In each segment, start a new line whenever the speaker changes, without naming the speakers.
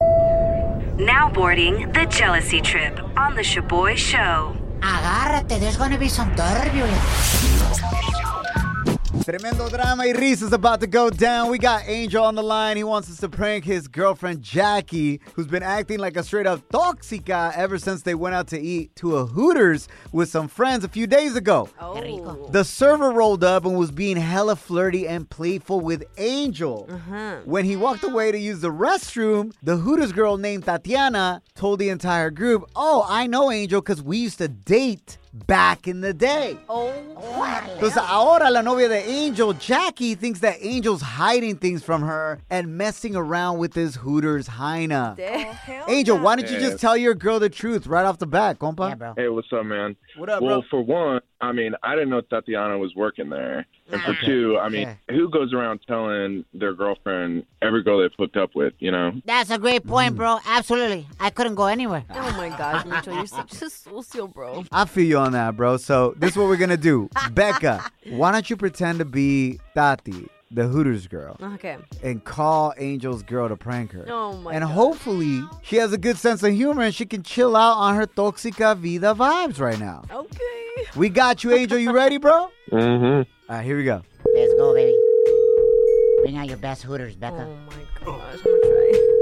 Now boarding the jealousy trip on the Shaboy Show.
Agárrate, there's gonna be some turbulence.
Tremendo drama y risas about to go down. We got Angel on the line. He wants us to prank his girlfriend Jackie, who's been acting like a straight up toxica ever since they went out to eat to a Hooters with some friends a few days ago.
Oh.
The server rolled up and was being hella flirty and playful with Angel. When he walked away to use the restroom, the Hooters girl named Tatiana told the entire group, Oh, I know Angel because we used to date back in the day. Entonces ahora la novia de Angel, Jackie, thinks that Angel's hiding things from her and messing around with his Hooters Heina. Angel, why don't you just tell your girl the truth right off the bat, compa?
Yeah, bro.
Hey, what's up, man?
What up,
well,
bro?
for one, I mean, I didn't know Tatiana was working there. And for two, I mean,
Okay.
who goes around telling their girlfriend every girl they've hooked up with, you know?
That's a great point, bro. Absolutely. I couldn't go anywhere.
Oh my gosh, Mitchell, you're such a social bro.
I feel you on that, bro. So this is what we're gonna do. Becca, why don't you pretend to be Tati, the Hooters girl,
Okay.
and call Angel's girl to prank her?
Uh-huh. Oh my
and
God.
hopefully she has a good sense of humor and she can chill out on her toxica vida vibes right now.
Okay.
We got you, Angel. You ready, bro? All
Mm-hmm.
right, here we go.
Let's go, baby. Bring out your best hooters, Becca.
Oh my gosh, I'm gonna try.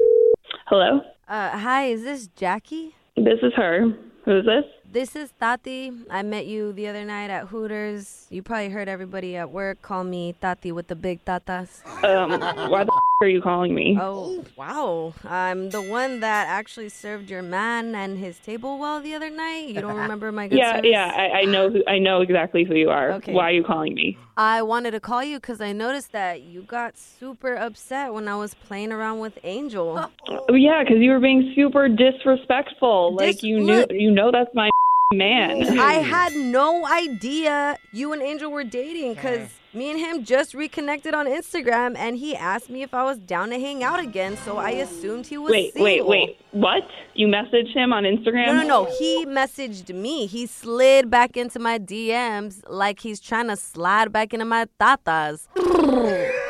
Hello,
Uh, hi, is this Jackie?
this is her. Who is this?
This is Tati. I met you the other night at Hooters. You probably heard everybody at work call me Tati with the big tatas.
Um, why the f- are you calling me?
Oh, wow. I'm the one that actually served your man and his table well the other night. You don't remember my good
yeah,
service?
yeah, I, I know. Who, I know exactly who you are.
Okay.
Why are you calling me?
I wanted to call you because I noticed that you got super upset when I was playing around with Angel.
Oh, yeah, because you were being super disrespectful.
Dis-
like you knew,
look-
you know that's my f- man.
I had no idea you and Angel were dating because me and him just reconnected on Instagram and he asked me if I was down to hang out again, so I assumed he was
Wait, wait,
single.
wait. What? You messaged him on Instagram?
No, no, no. He messaged me. He slid back into my DMs like he's trying to slide back into my tatas.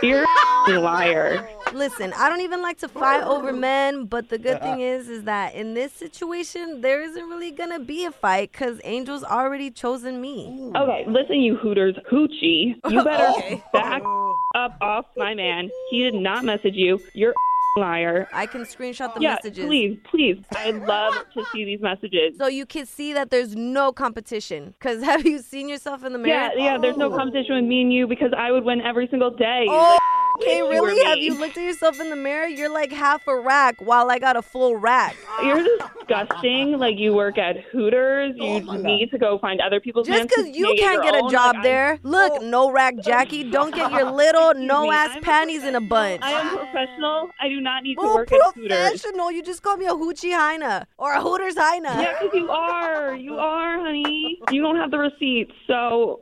You're a f- liar.
Listen, I don't even like to fight over men, but the
Uh,
good thing is, is that in this situation, there isn't really gonna be a fight because Angel's already chosen me.
Okay, listen, you Hooters hoochie. You better back up off my man. He did not message you. You're a f- liar.
I can screenshot the
yeah,
messages.
please, please. I'd love to see these messages.
So you can see that there's no competition. Cause have you seen yourself in the mirror?
Yeah, yeah. There's no competition with me and you because I would win every single day.
Oh, okay,
you were
really? Have
me.
you looked at yourself in the mirror? You're like half a rack, while I got a full rack.
You're disgusting. Like you work at Hooters. You need to go find other people's.
Oh Just
hands to
because you
make
can't
your
get a
own.
job
Like, I- Oh.
there. Look, no rack, Jackie. Don't get your little no ass
I'm a
panties in a bunch.
I am professional. I do not need to
Oh,
work at Hooters.
professional. You just call me a hoochie hyena or a hooters hyena.
Yeah, because you are. You are, honey. You don't have the receipts. So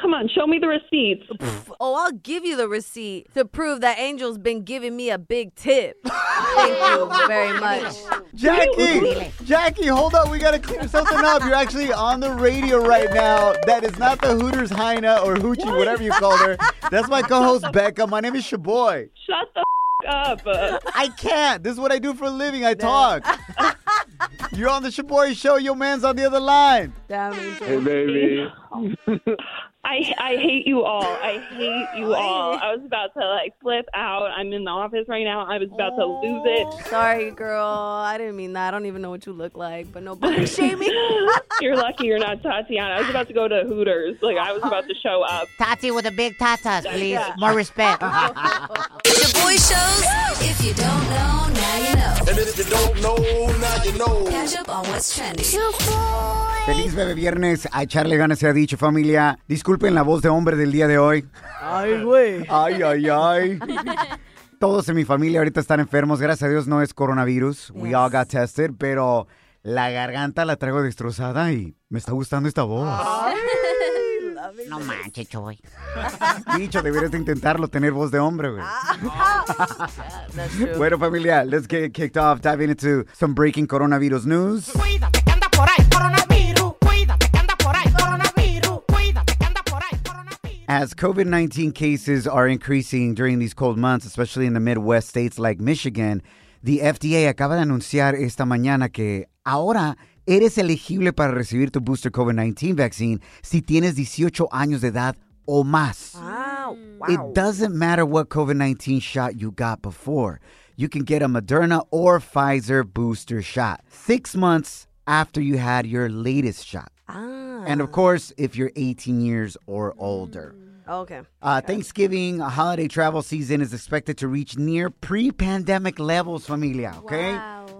come on, show me the receipts.
Oh, I'll give you the receipt to prove that Angel's been giving me a big tip. Thank you very much.
Jackie, Jackie, hold up. We gotta clear something up. You're actually on the radio right now. That is not the Hooters Heina or Hoochie, whatever you called her. That's my co-host Becca. My name is Shaboy.
Shut the f- up.
I can't. This is what I do for a living. I talk. You're on the Shaboy Show. Your man's on the other line.
Damn, Angel.
Hey, baby.
I I hate you all. I hate you all. I was about to like flip out. I'm in the office right now. I was about to lose it.
Sorry, girl. I didn't mean that. I don't even know what you look like, but no body shaming.
You're lucky you're not Tatiana. I was about to go to Hooters. Like I was about to show up.
Tati with the big tatas, please. More respect.
Shaboy Shows. If you don't know, now you know.
And if you don't know, now you know.
Catch up on what's trending.
Feliz bebé viernes. A echarle ganas se ha dicho, familia. Disculpen la voz de hombre del día de hoy. Ay, güey. Ay, ay, ay. Todos en mi familia ahorita están enfermos. Gracias a Dios no es coronavirus. We
Yes.
all got tested, pero la garganta la traigo destrozada y me está gustando esta voz.
No manches, Choy.
Dicho, deberías de intentarlo, tener voz de hombre, güey.
That's true.
Bueno, familia, let's get kicked off, diving into some breaking coronavirus news.
Cuídate que anda por ahí, coronavirus. Cuídate que anda por ahí, coronavirus. Cuídate que anda por ahí, coronavirus.
As COVID 19 cases are increasing during these cold months, especially in the Midwest states like Michigan, the FDA acaba de anunciar esta mañana que ahora eres elegible para recibir tu booster COVID 19 vaccine si tienes 18 años de edad o más.
Wow. Wow.
It doesn't matter what COVID 19 shot you got before. You can get a Moderna or Pfizer booster shot six months after you had your latest shot.
Ah. Mm.
And of course, if you're 18 years or older.
Okay.
Uh, Thanksgiving holiday travel season is expected to reach near pre-pandemic levels, familia. Okay.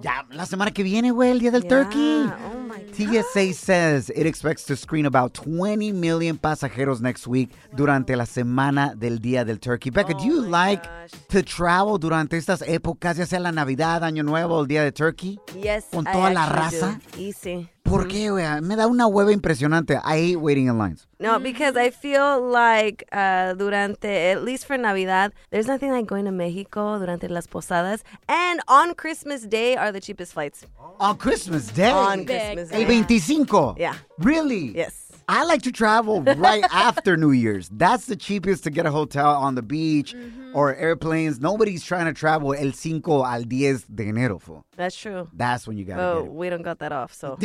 Ya la semana que viene, güey, el día del turkey.
Yeah. Oh my God.
TSA says it expects to screen about 20 million pasajeros next week durante la semana del Día del Turkey. Becca, do
Oh
you like to travel durante estas épocas, ya sea la Navidad, Año Nuevo, el Día del Turkey?
Yes.
Con
I
toda la
actually do.
raza?
Easy.
¿Por qué, güey? Me da una hueva impresionante. I hate waiting in lines.
No, because I feel like uh, durante, at least for Navidad, there's nothing like going to Mexico durante las posadas. And on Christmas Day are the cheapest flights.
On Christmas Day.
On Christmas
El
Day.
25.
Yeah.
Really?
Yes.
I like to travel right after New Year's. That's the cheapest to get a hotel on the beach
Mm-hmm.
or airplanes. Nobody's trying to travel el 5 al 10 de enero. Fool.
That's true.
That's when you gotta
But
get it.
we don't got that off, so.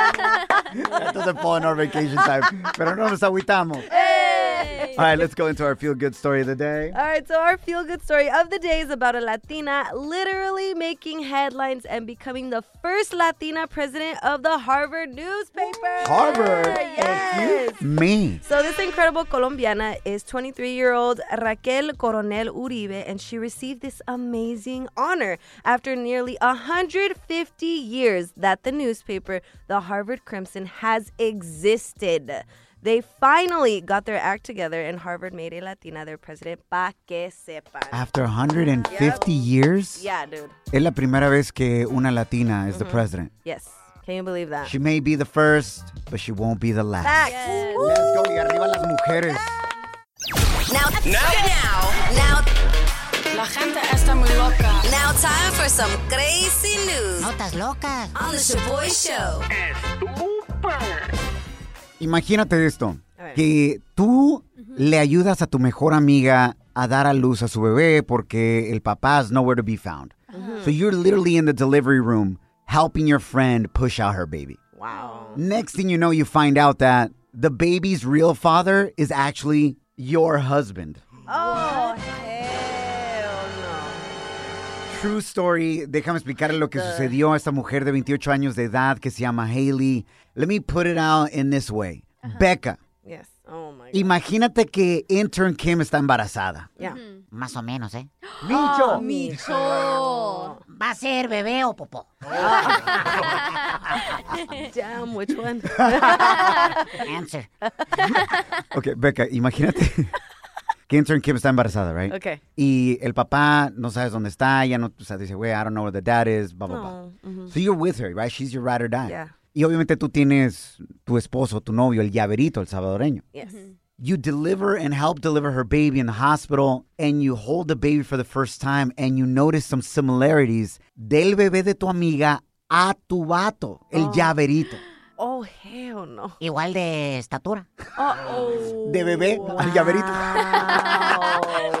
That doesn't fall in our vacation time. Pero no nos agüitamos. All right, let's go into our feel good story of the day.
All right, so our feel good story of the day is about a Latina literally making headlines and becoming the first Latina president of the Harvard newspaper.
Harvard.
Yes.
Me.
So this incredible Colombiana is 23-year-old Raquel Coronel Uribe, and she received this amazing honor after nearly 150 years that the newspaper, the Harvard Crimson, has existed. They finally got their act together, and Harvard made a Latina their president. Pa que sepan.
After 150 years,
yeah, dude.
es la primera vez que una Latina
Uh-huh.
is the president.
Yes. Can you believe that?
She may be the first, but she won't be the last.
Facts.
Let's go y arriba las mujeres.
Now, now, now,
La gente está muy loca.
now, time for some crazy news
Notas locas.
Ah.
on the Shaboy Show.
Imagínate esto,
A ver.
que tú le ayudas a tu mejor amiga a dar a luz a su bebé porque el papá is nowhere to be found. So you're literally in the delivery room helping your friend push out her baby.
Wow.
Next thing you know, you find out that the baby's real father is actually your husband.
Oh, hell no.
True story. Déjame explicarle lo que sucedió a esta mujer de 28 años de edad que se llama Haley. Let me put it out in this way. Becca,
Yes. Oh, my God.
imagínate que intern Kim está embarazada.
Yeah.
Más o menos, ¿eh?
Micho.
¿Va a ser bebé o popó?
Damn, which one?
Answer.
Ok, Becca, imagínate que intern Kim está embarazada, right?
okay.
Y el papá no sabes dónde está, ya no, o sea, dice, güey, I don't know where the dad is, blah, blah, blah. So you're with her, right? She's your ride or die.
Yeah.
Y obviamente tú tienes tu esposo, tu novio, el llaverito, el salvadoreño.
Yes.
you deliver and help deliver her baby in the hospital and you hold the baby for the first time and you notice some similarities del bebé de tu amiga a tu vato, el llaverito.
Oh, hell no.
Igual de estatura.
Uh-oh.
De bebé al llaverito.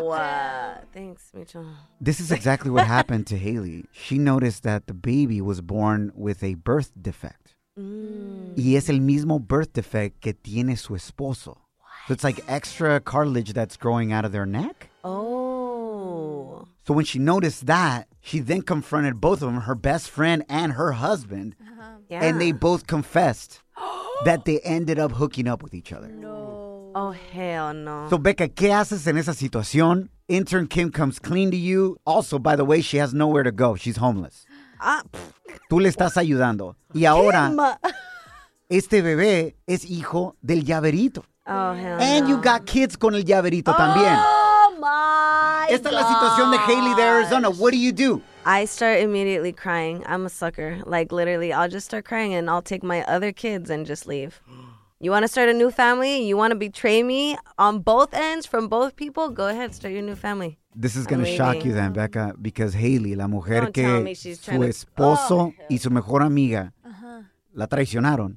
Wow. Uh, Thanks, Mitchell.
This is exactly what happened to Haley. She noticed that the baby was born with a birth defect. Y es el mismo birth defect que tiene su esposo. So it's like extra cartilage that's growing out of their neck.
Oh.
So when she noticed that, she then confronted both of them, her best friend and her husband,
Yeah.
and they both confessed that they ended up hooking up with each other.
Oh, hell no.
So Becca, ¿qué haces en esa situación? Intern Kim comes clean to you. Also, by the way, she has nowhere to go. She's homeless.
ah, pff,
Tú le estás ayudando. Y ahora,
uh,
ma-
este bebé es hijo del llaverito.
oh, hell
And
no.
you got kids con el llaverito también.
Oh, my my
Esta es la situación de Haley de Arizona. What do you do?
I start immediately crying. I'm a sucker. Like literally, I'll just start crying and I'll take my other kids and just leave. You want to start a new family? You want to betray me on both ends from both people? Go ahead, start your new family.
This is going to shock you then, Becca, because Haley, la mujer
Don't
que
tell me she's
su
trying to- Oh, Uh-huh.
esposo y su mejor amiga la traicionaron,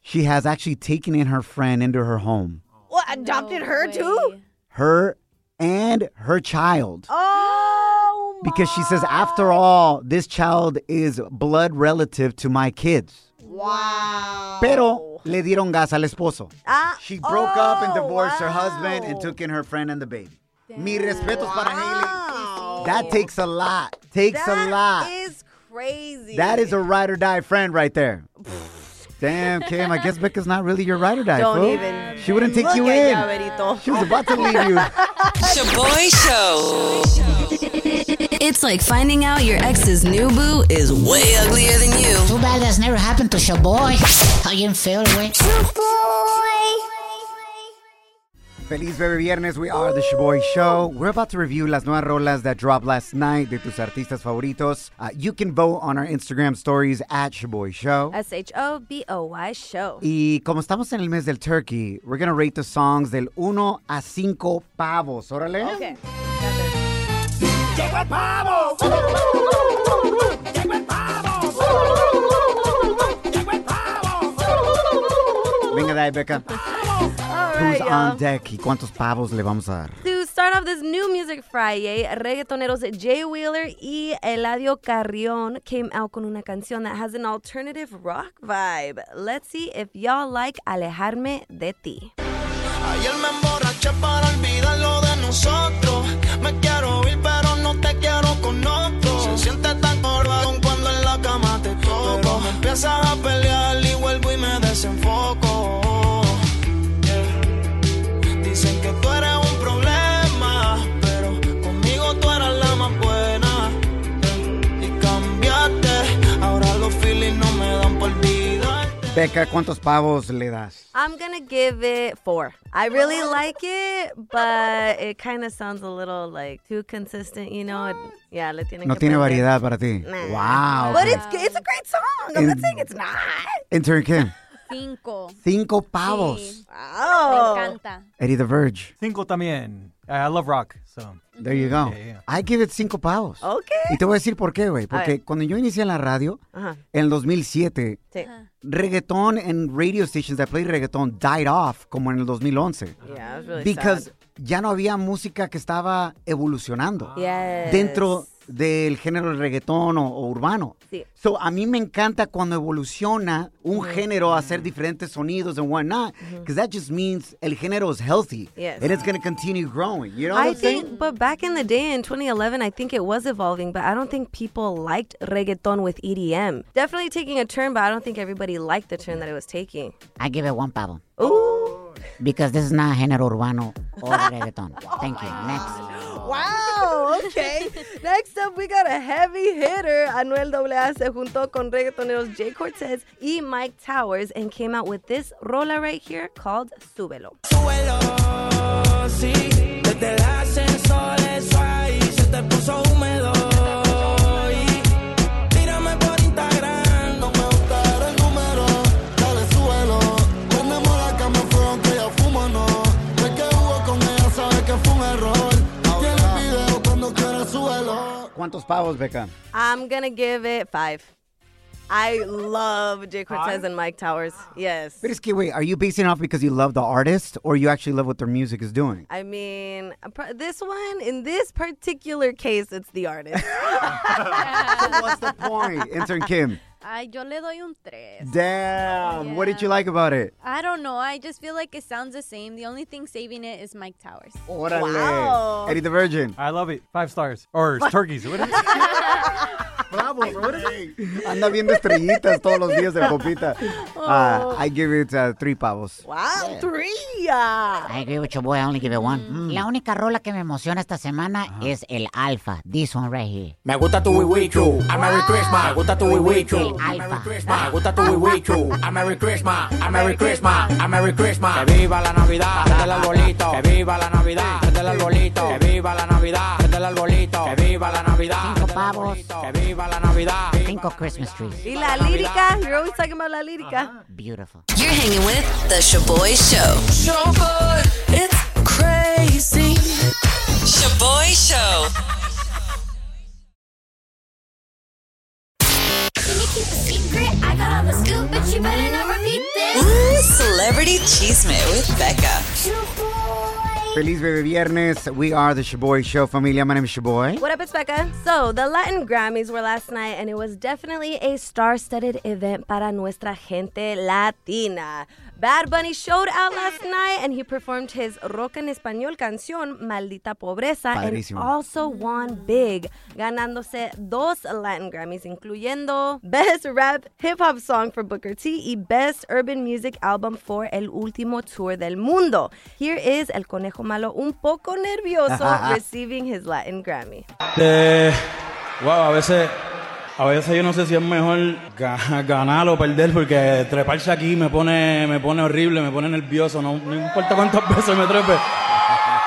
she has actually taken in her friend into her home.
What? Adopted her too?
Her and her child.
Oh,
Because she says, after all, this child is blood relative to my kids. Wow. Pero le dieron gas al esposo.
Ah,
She broke up and
oh,
divorced her husband and
wow.
took in her friend and the baby. Mi respetos para
Wow.
Haley. That takes a lot. Takes
That
a lot.
is crazy.
that is a ride or die friend right there. Damn, Kim, I guess Becca's not really your ride or die.
Don't
fool.
even.
She wouldn't take
Look
you
at
in.
ya, Berito.
She was about to leave you.
Shaboy Show. It's like finding out your ex's new boo is way uglier than you.
Too bad that's never happened to your boy. How you feel, güey?
Feliz Baby Viernes, we are the Shaboy Show. We're about to review las nuevas rolas that dropped last night de tus artistas favoritos. Uh, you can vote on our Instagram stories at Shaboy Show.
S H O B O Y show.
Y como estamos en el mes del turkey, we're gonna rate the songs del 1 a 5 pavos, órale.
Okay.
Venga de ahí, Becca.
All
Who's
right, y'all.
on deck? ¿Y cuántos pavos le vamos a dar?
To start off this new music Friday, reggaetoneros Jay Wheeler y Eladio Carrion came out con una canción that has an alternative rock vibe. Let's see if y'all like Alejarme de ti.
Ayer me emborraché para olvidarlo de nosotros. Me quiero ir, pero no te quiero con otro. Se siente tan corvadón cuando en la cama te toco. Me empiezas a pelear y vuelvo y me desenfoco. Yeah. Dicen que tú eres un problema, pero conmigo tú eras la más buena. Yeah. Y cambiaste, ahora los feelings no me dan por olvidarte.
Becca, ¿cuántos pavos le das?
I'm gonna give it four. I really like it, but it kind of sounds a little like too consistent, you know? It- yeah, le tienen
No
que
tiene
prender.
variedad para ti.
Nah.
Wow.
But it's it's a great song. I'm not
In-
saying it's not.
Intern Kim,
Cinco.
cinco pavos.
Wow.
Me encanta.
Eddie the Verge.
Cinco también. I I love rock, so.
There you go.
Yeah, yeah.
I give it cinco pavos.
Oh, Okay.
Y te voy a decir por qué, güey. Porque
ver. Ah.
cuando yo inicié en la radio,
Ajá.
en el 2007,
Sí.
Uh-huh. reggaeton and radio stations that play reggaeton died off, como en el 2011.
Yeah, it's really
Because
Ah, pues, sad.
ya no había música que estaba evolucionando
Ah. Yes.
dentro del género del reggaetón o, o urbano.
Sí. Mm.
So, a mí me encanta cuando evoluciona un género a hacer diferentes sonidos and whatnot, because that just means el género is healthy
Yes.
and it's going to continue growing. You know what
I
I'm saying?
think, but back in the day in 2011, I think it was evolving, but I don't think people liked reggaeton with EDM. Definitely taking a turn, but I don't think everybody liked the turn that it was taking.
I give it one pavo.
Ooh.
Because this is not género urbano or reggaeton. Thank you. Next.
Wow, okay. Next up, we got a heavy hitter. Anuel AA se juntó con reggaetoneros Jay Cortez y Mike Towers and came out with this rola right here called Súbelo.
Súbelo, sí. Desde el ascensor eso ahí se te puso húmedo. Y tírame por Instagram, no me gusta el número. Dale suelo, prendemos la cama fue aunque ella fuma no. De que hubo con ella sabe que fue un error. Tiene el video cuando quiera suelo.
¿Cuántos pavos, Beca?
I'm gonna give it five. I love Jay Cortez and Mike Towers. Yes.
But it's wait, are you basing it off because you love the artist or you actually love what their music is doing?
I mean, a pro- this one, in this particular case, it's the artist.
What's the point? Intern Kim.
Ay, yo le doy un tres.
Damn. What did you like about it?
I don't know. I just feel like it sounds the same. The only thing saving it is Mike Towers.
Órale. Eddie the Virgin.
I love it. Five stars. Or turkeys. What is it?
Bravo, Anda viendo estrellitas todos los días de compita. Uh, I give it uh, three pavos.
Oh. Wow, three. ah.
I agree with your boy, I only give it one. La única rola que me emociona esta semana es el Alfa. This one right here. Ah.
Me gusta tu wiwichu, a Merry Christmas. Me gusta tu wiwichu, a
Merry
Christmas. Me gusta tu wiwichu, a Merry Christmas, a Merry Christmas, a Merry Christmas. Que viva la Navidad, desde el arbolito. Que viva la Navidad, desde el arbolito. Que viva la Navidad, desde el arbolito. Que viva la Navidad. Cinco pavos. Que viva la Navidad.
Cinco Christmas trees.
Y la lírica. You're always talking about la lírica.
Beautiful.
You're hanging with The Shaboy Show. Shaboy, it's crazy. Shaboy Show. Ooh, Celebrity Cheesemate with Becca.
Feliz Bebe Viernes. We are the Shaboy Show, familia. My name is Shaboy.
What up, it's Becca. So, the Latin Grammys were last night, and it was definitely a star studded event para nuestra gente latina. Bad Bunny showed out last night, and he performed his rock en español canción, Maldita Pobreza, and
Padrísimo.
also won big, ganándose dos Latin Grammys, incluyendo Best Rap Hip Hop Song for Booker T y Best Urban Music Album for El Último Tour del Mundo. Here is El Conejo Malo un poco nervioso receiving his Latin Grammy.
Este, Eh, wow, a veces, a veces yo no sé si es mejor ga- ganar o perder porque treparse aquí me pone, me pone horrible, me pone nervioso, no, no importa cuántas veces me trepe.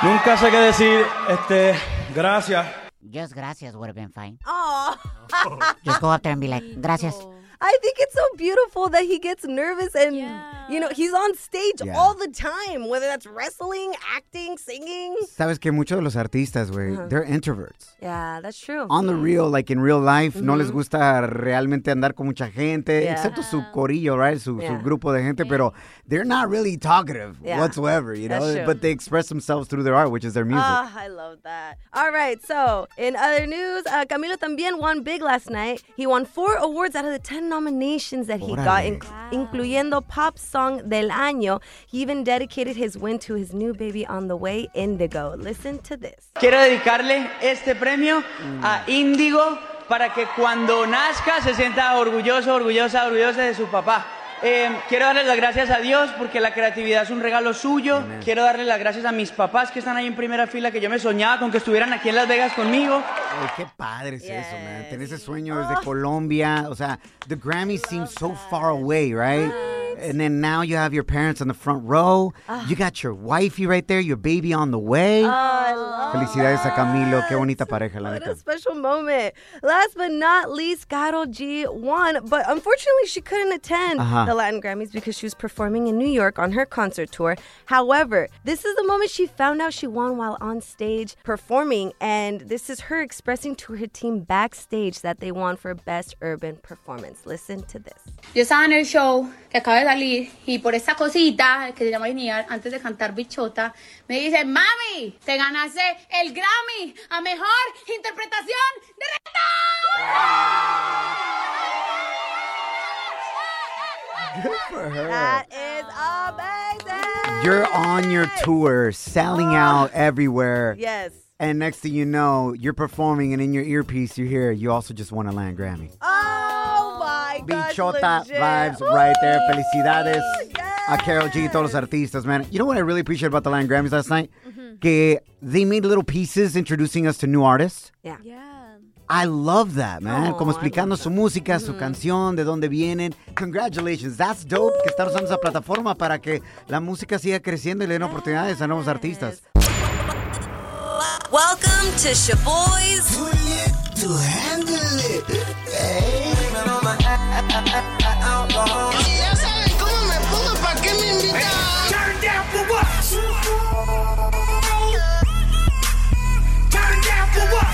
Nunca sé qué decir, este, gracias.
Just gracias would have been fine.
Oh.
Just go up there and be like, gracias.
Oh.
I think it's so beautiful that he gets nervous and you know he's on stage
Yeah.
all the time, whether that's wrestling, acting, singing.
Sabes que muchos de los artistas, güey,
Ajá.
they're introverts.
Yeah, that's true.
On the real,
Mm-hmm.
like in real life, no les
Ujú.
gusta realmente andar con mucha gente,
Mm-hmm. Yeah.
excepto su corillo, right? Su,
Yeah.
su grupo de gente, pero they're not really talkative
Yeah.
whatsoever, you know?
That's true.
But they express themselves through their art, which is their music.
Ah, I love that. All right, so in other news, uh, Camilo también won big last night. He won four awards out of the 10 nominations that he got,
Órale.
inc- incluyendo Pop Song del Año. He even dedicated his win to his new baby on the way, Indigo. Listen to this.
Quiero dedicarle este premio a Índigo para que cuando nazca se sienta orgulloso, orgullosa, orgullosa de su papá. Eh, quiero darle las gracias a Dios porque la creatividad es un regalo suyo. Quiero darle las gracias a mis papás que están ahí en primera fila, que yo me soñaba con que estuvieran aquí en Las Vegas conmigo.
Ay, Oh, qué padre es eso, man. Tener ese sueño desde
Oh.
Colombia. O sea, the Grammys seem so far away, right? And then now you have your parents on the front row.
Ah.
You got your wifey right there, your baby on the
Oh,
way. Felicidades a Camilo. Qué bonita pareja, la neta.
special moment. Last but not least, Carol G won, but unfortunately, she couldn't attend
Ajá.
the Latin Grammys because she was performing in New York on her concert tour. However, this is the moment she found out she won while on stage performing, and this is her expressing to her team backstage that they won for Best Urban Performance. Listen to this.
Yo estaba en el show que acaba de salir y por esta cosita que se llama Linear, antes de cantar Bichota, me dice, mami, te ganaste el Grammy a Mejor Interpretación de
Good for her.
That is amazing.
You're on your tour, selling out everywhere.
Yes.
And next thing you know, you're performing, and in your earpiece, you hear you also just won a Land Grammy.
Oh my gosh.
Bichota
legit.
vibes right there. Felicidades a Carol G y todos los artistas, man. You know what I really appreciate about the Latin Grammys last night? Que they made little pieces introducing us to new artists.
Yeah.
I love that, man. Como explicando su música, su canción, de dónde vienen. Congratulations. That's dope que están usando esa plataforma para que la música siga creciendo y le den oportunidades a nuevos artistas.
Welcome to Shaboy's.
To handle it. Ya saben cómo me pongo, ¿para qué me invitan? Turn down for what? Turn down for what?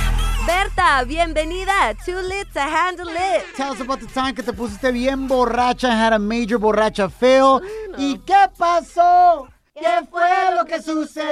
Berta, bienvenida. Too lit to handle it.
Tell us about the time que te pusiste bien borracha, had a major borracha fail. ¿Y qué pasó? ¿Qué fue lo que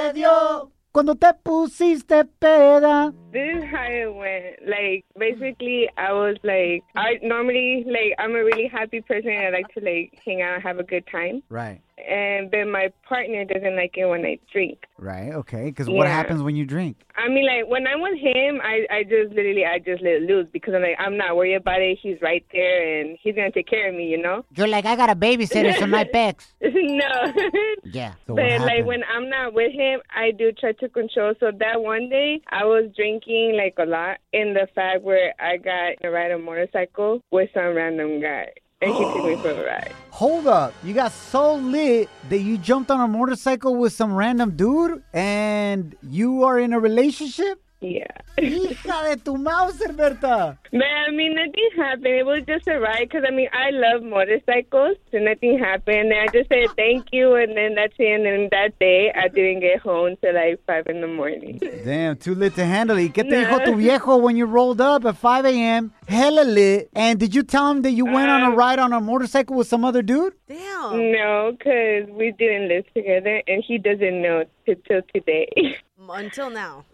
sucedió? Cuando te pusiste peda.
This is how it went. Like basically, I was like, I normally like I'm a really happy person. and I like to like hang out and have a good time.
Right.
and then my partner doesn't like it when I drink.
Right? Okay. Because what
Yeah.
happens when you drink?
I mean, like when I'm with him, I I just literally I just let it loose because I'm like I'm not worried about it. He's right there and he's gonna take care of me, you know.
You're like, I got a babysitter, so my pecs.
no,
Yeah.
but like when I'm not with him, I do try to control. So that one day I was drinking like a lot in the fact where I got to ride a motorcycle with some random guy and he took me for a ride.
Hold up. You got so lit that you jumped on a motorcycle with some random dude and you are in a relationship?
Yeah.
Hija de tu Mauser, Berta.
Man, I mean, nothing happened. It was just a ride because, I mean, I love motorcycles, so nothing happened. And I just said thank you, and then that's it. And then that day, I didn't get home till like 5 in the morning.
Damn, too lit to handle it. ¿Qué te dijo
No.
tu viejo when you rolled up at 5 a.m.? Hella lit. And did you tell him that you went on a ride on a motorcycle with some other dude?
Damn.
No, because we didn't live together, and he doesn't know t- till today.
Until now.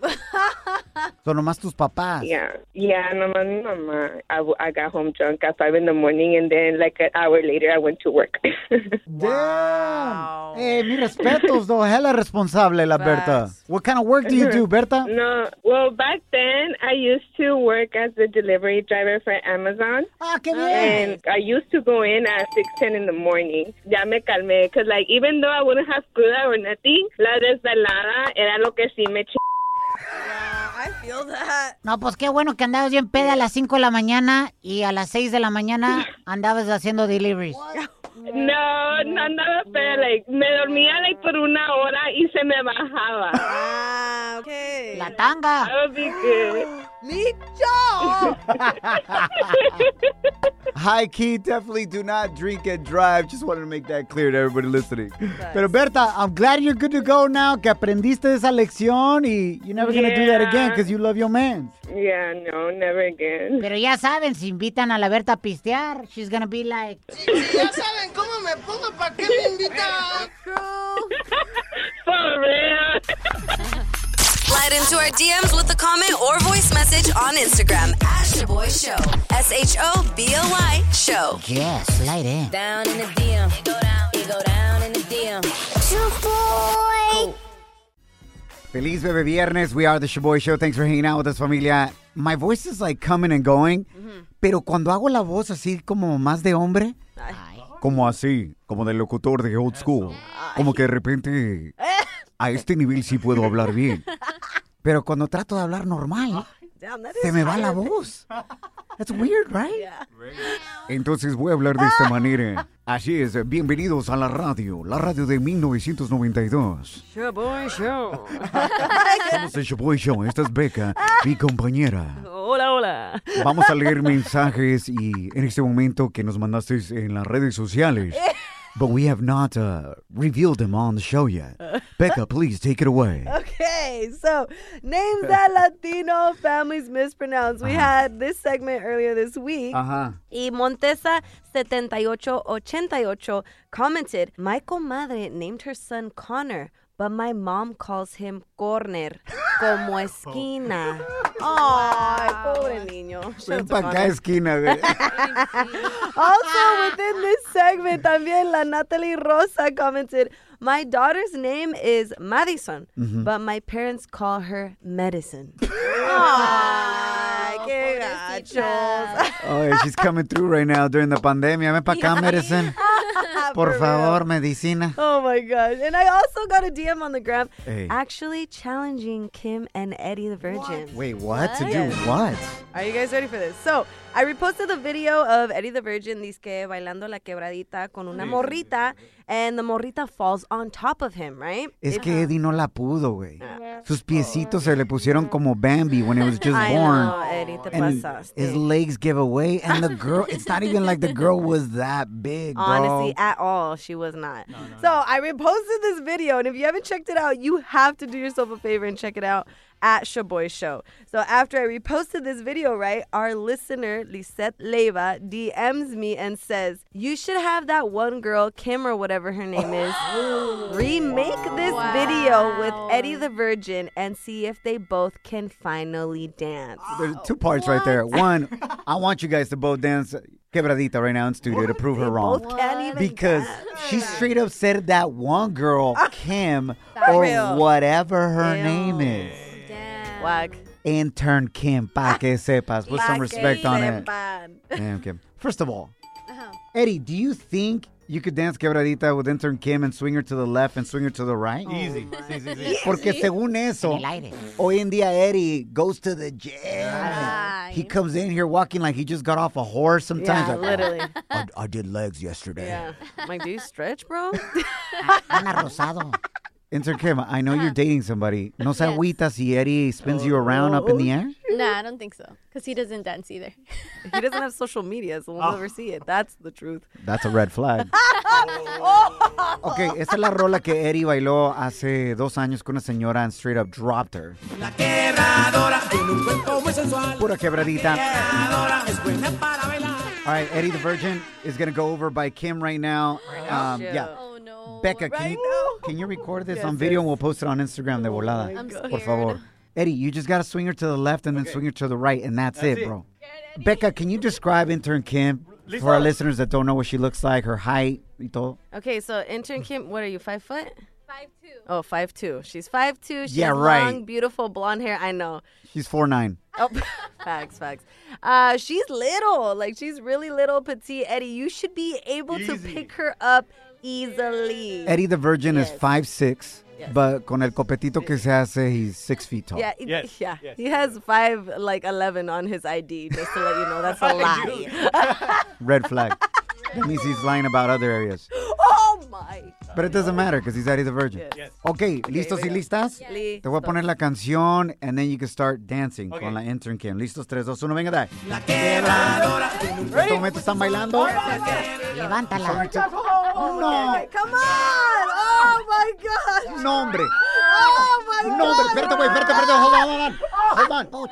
Son nomás tus papás.
yeah. Yeah, no, my mama. I, w- I got home drunk at 5 in the morning, and then like an hour later, I went to work.
Damn. Hey, mi respetos, though. Hella responsable, la Berta. What kind of work do you do, Berta?
No, well, back then I used to work as a delivery driver for Amazon.
Ah, qué
bien. And I used to go in at six ten in the morning. Ya me calmé, cause like even though I wouldn't have cruda or nothing, la desvelada era lo que sí me ch.
No, pues qué bueno que andabas bien peda a las 5 de la mañana y a las 6 de la mañana andabas haciendo deliveries.
No, no andaba pero like me dormía like por una hora y se me bajaba.
Ah, okay.
La tanga.
That would be good.
High key, definitely do not drink and drive. Just wanted to make that clear to everybody listening. Pero Berta, I'm glad you're good to go now. Que aprendiste esa lección y you're never gonna do that
Yeah.
again because you love your man.
Yeah, no, never again.
Pero ya saben, si invitan a la Berta a pistear, she's gonna be like,
Ya saben cómo me pongo, ¿para qué me invitan?
For real.
Slide into our DMs with a comment or voice message on Instagram. Ash the Boy Show. S H O B O Y Show.
yes, slide in.
Down in the DM. You go down. You go down in the DM. boy.
Feliz Bebe Viernes. We are the Shaboy Show. Thanks for hanging out with us, familia. My voice is like coming and going. Pero cuando hago la voz así como más de hombre, como así, como de locutor de old school, como que de repente a este nivel sí puedo hablar bien. Pero cuando trato de hablar normal,
Damn, that
se
is
me va la
higher.
voz. That's weird, right?
Yeah.
Entonces voy a hablar de esta manera. Así es, bienvenidos a la radio, la radio de 1992.
Sure, boy, sure.
Somos el Shaboy Show, esta es Beca, mi compañera.
hola, hola.
Vamos a leer mensajes y en este momento que nos mandaste en las redes sociales. But we have not uh, revealed them on the show yet. Becca, please take it away.
Okay, so names that Latino families mispronounce. We had this segment earlier this week.
Ajá.
Y Montesa7888 commented, My comadre named her son Connor, but my mom calls him Corner, como esquina. Ay, pobre niño.
Ven
Shout
pa'
out
acá,
to
esquina, güey.
Connor. also, within this segment, también la Natalie Rosa commented, My daughter's name is Madison,
Mhm.
but my parents call her Medicine. Ay, qué gachos.
Oh, yeah, she's coming through right now during the pandemia. Ven pa' acá, medicine. Por favor, medicina.
Oh my gosh. And I also got a DM on the gram
Hey.
actually challenging Kim and Eddie the Virgin.
Wait, what? To do what?
Are you guys ready for this? So, I reposted the video of Eddie the Virgin, dizque bailando la quebradita con una
Sí, sí,
morrita, and the morrita falls on top of him, right?
Es
If-
que Eddie no la pudo, güey. Sus piecitos se le pusieron como Bambi when it was just
I
born.
know, Eddie, te
and
pasaste.
his legs give away, and the girl, it's not even like the girl was that big, bro.
Honestly, at all, she was not. so I reposted this video, and if you haven't checked it out, you have to do yourself a favor and check it out at Shaboy Show. So after I reposted this video, right, our listener Lisette Leva DMs me and says, "You should have that one girl, Kim or whatever her name is, remake this video with Eddie the Virgin and see if they both can finally dance."
Ah. There's two parts right there. One, I want you guys to both dance Quebradita right now in studio to prove her wrong.
both can't even
because she straight up said that one girl, Kim,
For
or
real.
whatever her name is.
Wag.
Intern Kim, pa que sepas. Put some
Ah. Pa' que
respect on it.
sepan.
Damn, Kim. First of all,
Uh-huh.
Eddie, do you think you could dance quebradita with intern Kim and swing her to the left and swing her to the right?
Oh Easy. Sí, sí, sí.
Porque según eso, hoy en día Eddie goes to the gym. He comes in here walking like he just got off a horse sometimes.
Yeah,
like,
literally.
I, I did legs yesterday.
Yeah. I'm like, do you stretch, bro?
Ana Rosado.
Intern Kim, I know you're dating somebody. No se agüita si Eddie spins you around up in the air?
No, I don't think so. Because he doesn't dance either.
he doesn't have social media, so we'll never see it. That's the truth.
That's a red flag. Ok, esa es la rola que Eddie bailó hace dos años con una señora and straight up dropped her.
Quebradora, tiene un cuerpo muy sensual.
Pura quebradita.
Quebradora, es buena para bailar.
All right, Eddie the Virgin is going to go over by Kim right now. Um,
shit.
yeah.
Oh,
no.
Becca, can, you, can you record this
Yes,
on video and we'll post it on Instagram de volada?
I'm
Por
scared.
favor. Eddie, you just got to swing her to the left and then swing her to the right, and that's,
That's
it,
it.
bro. Becca, can you describe intern Kim
Lisa.
for our listeners that don't know what she looks like, her height, y todo?
Okay, so
Mm-hmm.
intern Kim, what are you, five foot? Five two. Oh, five two. She's five two. She
Yeah,
has
right.
long, beautiful blonde hair. I know.
She's 4'9.
Oh, facts, facts. Uh, she's little. Like she's really little, petite. Eddie, you should be able to pick her up easily.
Eddie the Virgin is
Yes.
5'6,
Yes.
but con el copetito que se hace, he's 6 feet tall.
Yeah, it- yeah. He has five like eleven on his ID. Just to let you know, that's a lie.
Red flag. that means he's lying about other areas.
oh my.
But it doesn't matter because he's Eddie the Virgin.
Yes.
Okay, ¿listos y
here we go.
listas?
Yes.
Te voy a poner la canción and then you can start dancing
Okay.
con la intern Kim. ¿Listos? 3, 2, 1, venga, dale.
Quebradora,
En este momento están bailando.
Levántala.
No.
Come on. Oh my God.
No, hombre.
Oh my Oh.
No, hombre. Espérate, güey. Espérate, espérate. Hold on, hold on. Hold on. Oh,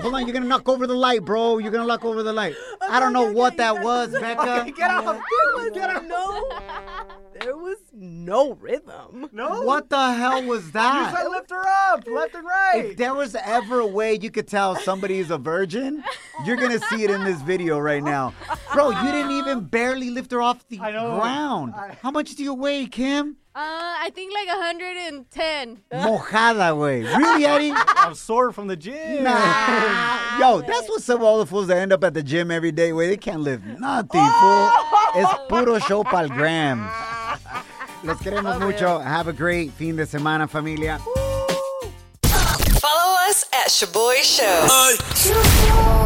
Hold on. You're going to knock over the light, bro. You're going to knock over the light. I don't know what that was, Becca.
There was no. There was no rhythm.
No.
What the hell was that?
You said lift her up, left and right.
If there was ever a way you could tell somebody is a virgin, you're gonna see it in this video right now. Bro, you didn't even barely lift her off the ground. How much do you weigh, Kim?
Uh, I think like 110.
Mojada, way. Really, Eddie?
I'm sore from the gym.
Nah. Yo, that's what some of all the fools that end up at the gym every day, way they can't lift nothing,
Oh.
fool. It's puro show pal gram. Los queremos mucho. Have a great fin de semana, familia.
Follow us at Shaboy Show.
Ay.